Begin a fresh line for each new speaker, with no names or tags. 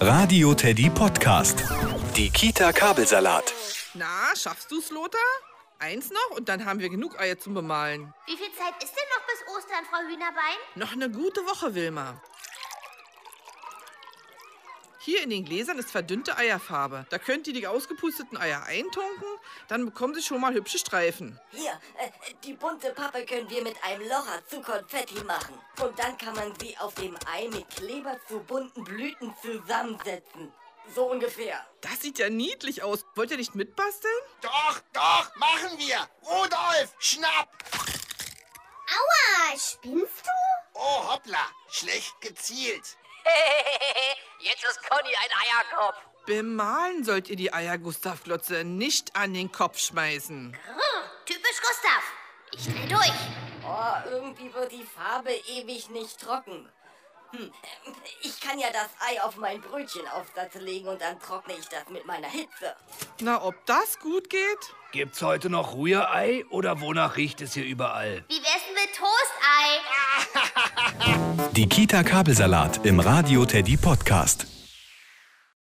Radio Teddy Podcast. Die Kita Kabelsalat.
Na, schaffst du's, Lothar? Eins noch und dann haben wir genug Eier zum Bemalen.
Wie viel Zeit ist denn noch bis Ostern, Frau Hühnerbein?
Noch eine gute Woche, Wilma. Hier in den Gläsern ist verdünnte Eierfarbe. Da könnt ihr die ausgepusteten Eier eintunken, dann bekommen sie schon mal hübsche Streifen.
Hier, äh, die bunte Pappe können wir mit einem Locher zu Konfetti machen. Und dann kann man sie auf dem Ei mit Kleber zu bunten Blüten zusammensetzen. So ungefähr.
Das sieht ja niedlich aus. Wollt ihr nicht mitbasteln?
Doch, doch, machen wir. Rudolf, schnapp.
Aua, spinnst du?
Oh, hoppla, schlecht gezielt.
Jetzt ist Conny ein Eierkopf.
Bemalen sollt ihr die Eier, Gustav Glotze, nicht an den Kopf schmeißen.
Typisch Gustav. Ich dreh durch.
Oh, irgendwie wird die Farbe ewig nicht trocken. Hm, ich kann ja das Ei auf meinen Brötchenaufsatz legen und dann trockne ich das mit meiner Hitze.
Na, ob das gut geht?
Gibt's heute noch Rührei oder wonach riecht es hier überall?
Wie wär's denn mit Toastei?
Die Kita Kabelsalat im Radio Teddy Podcast.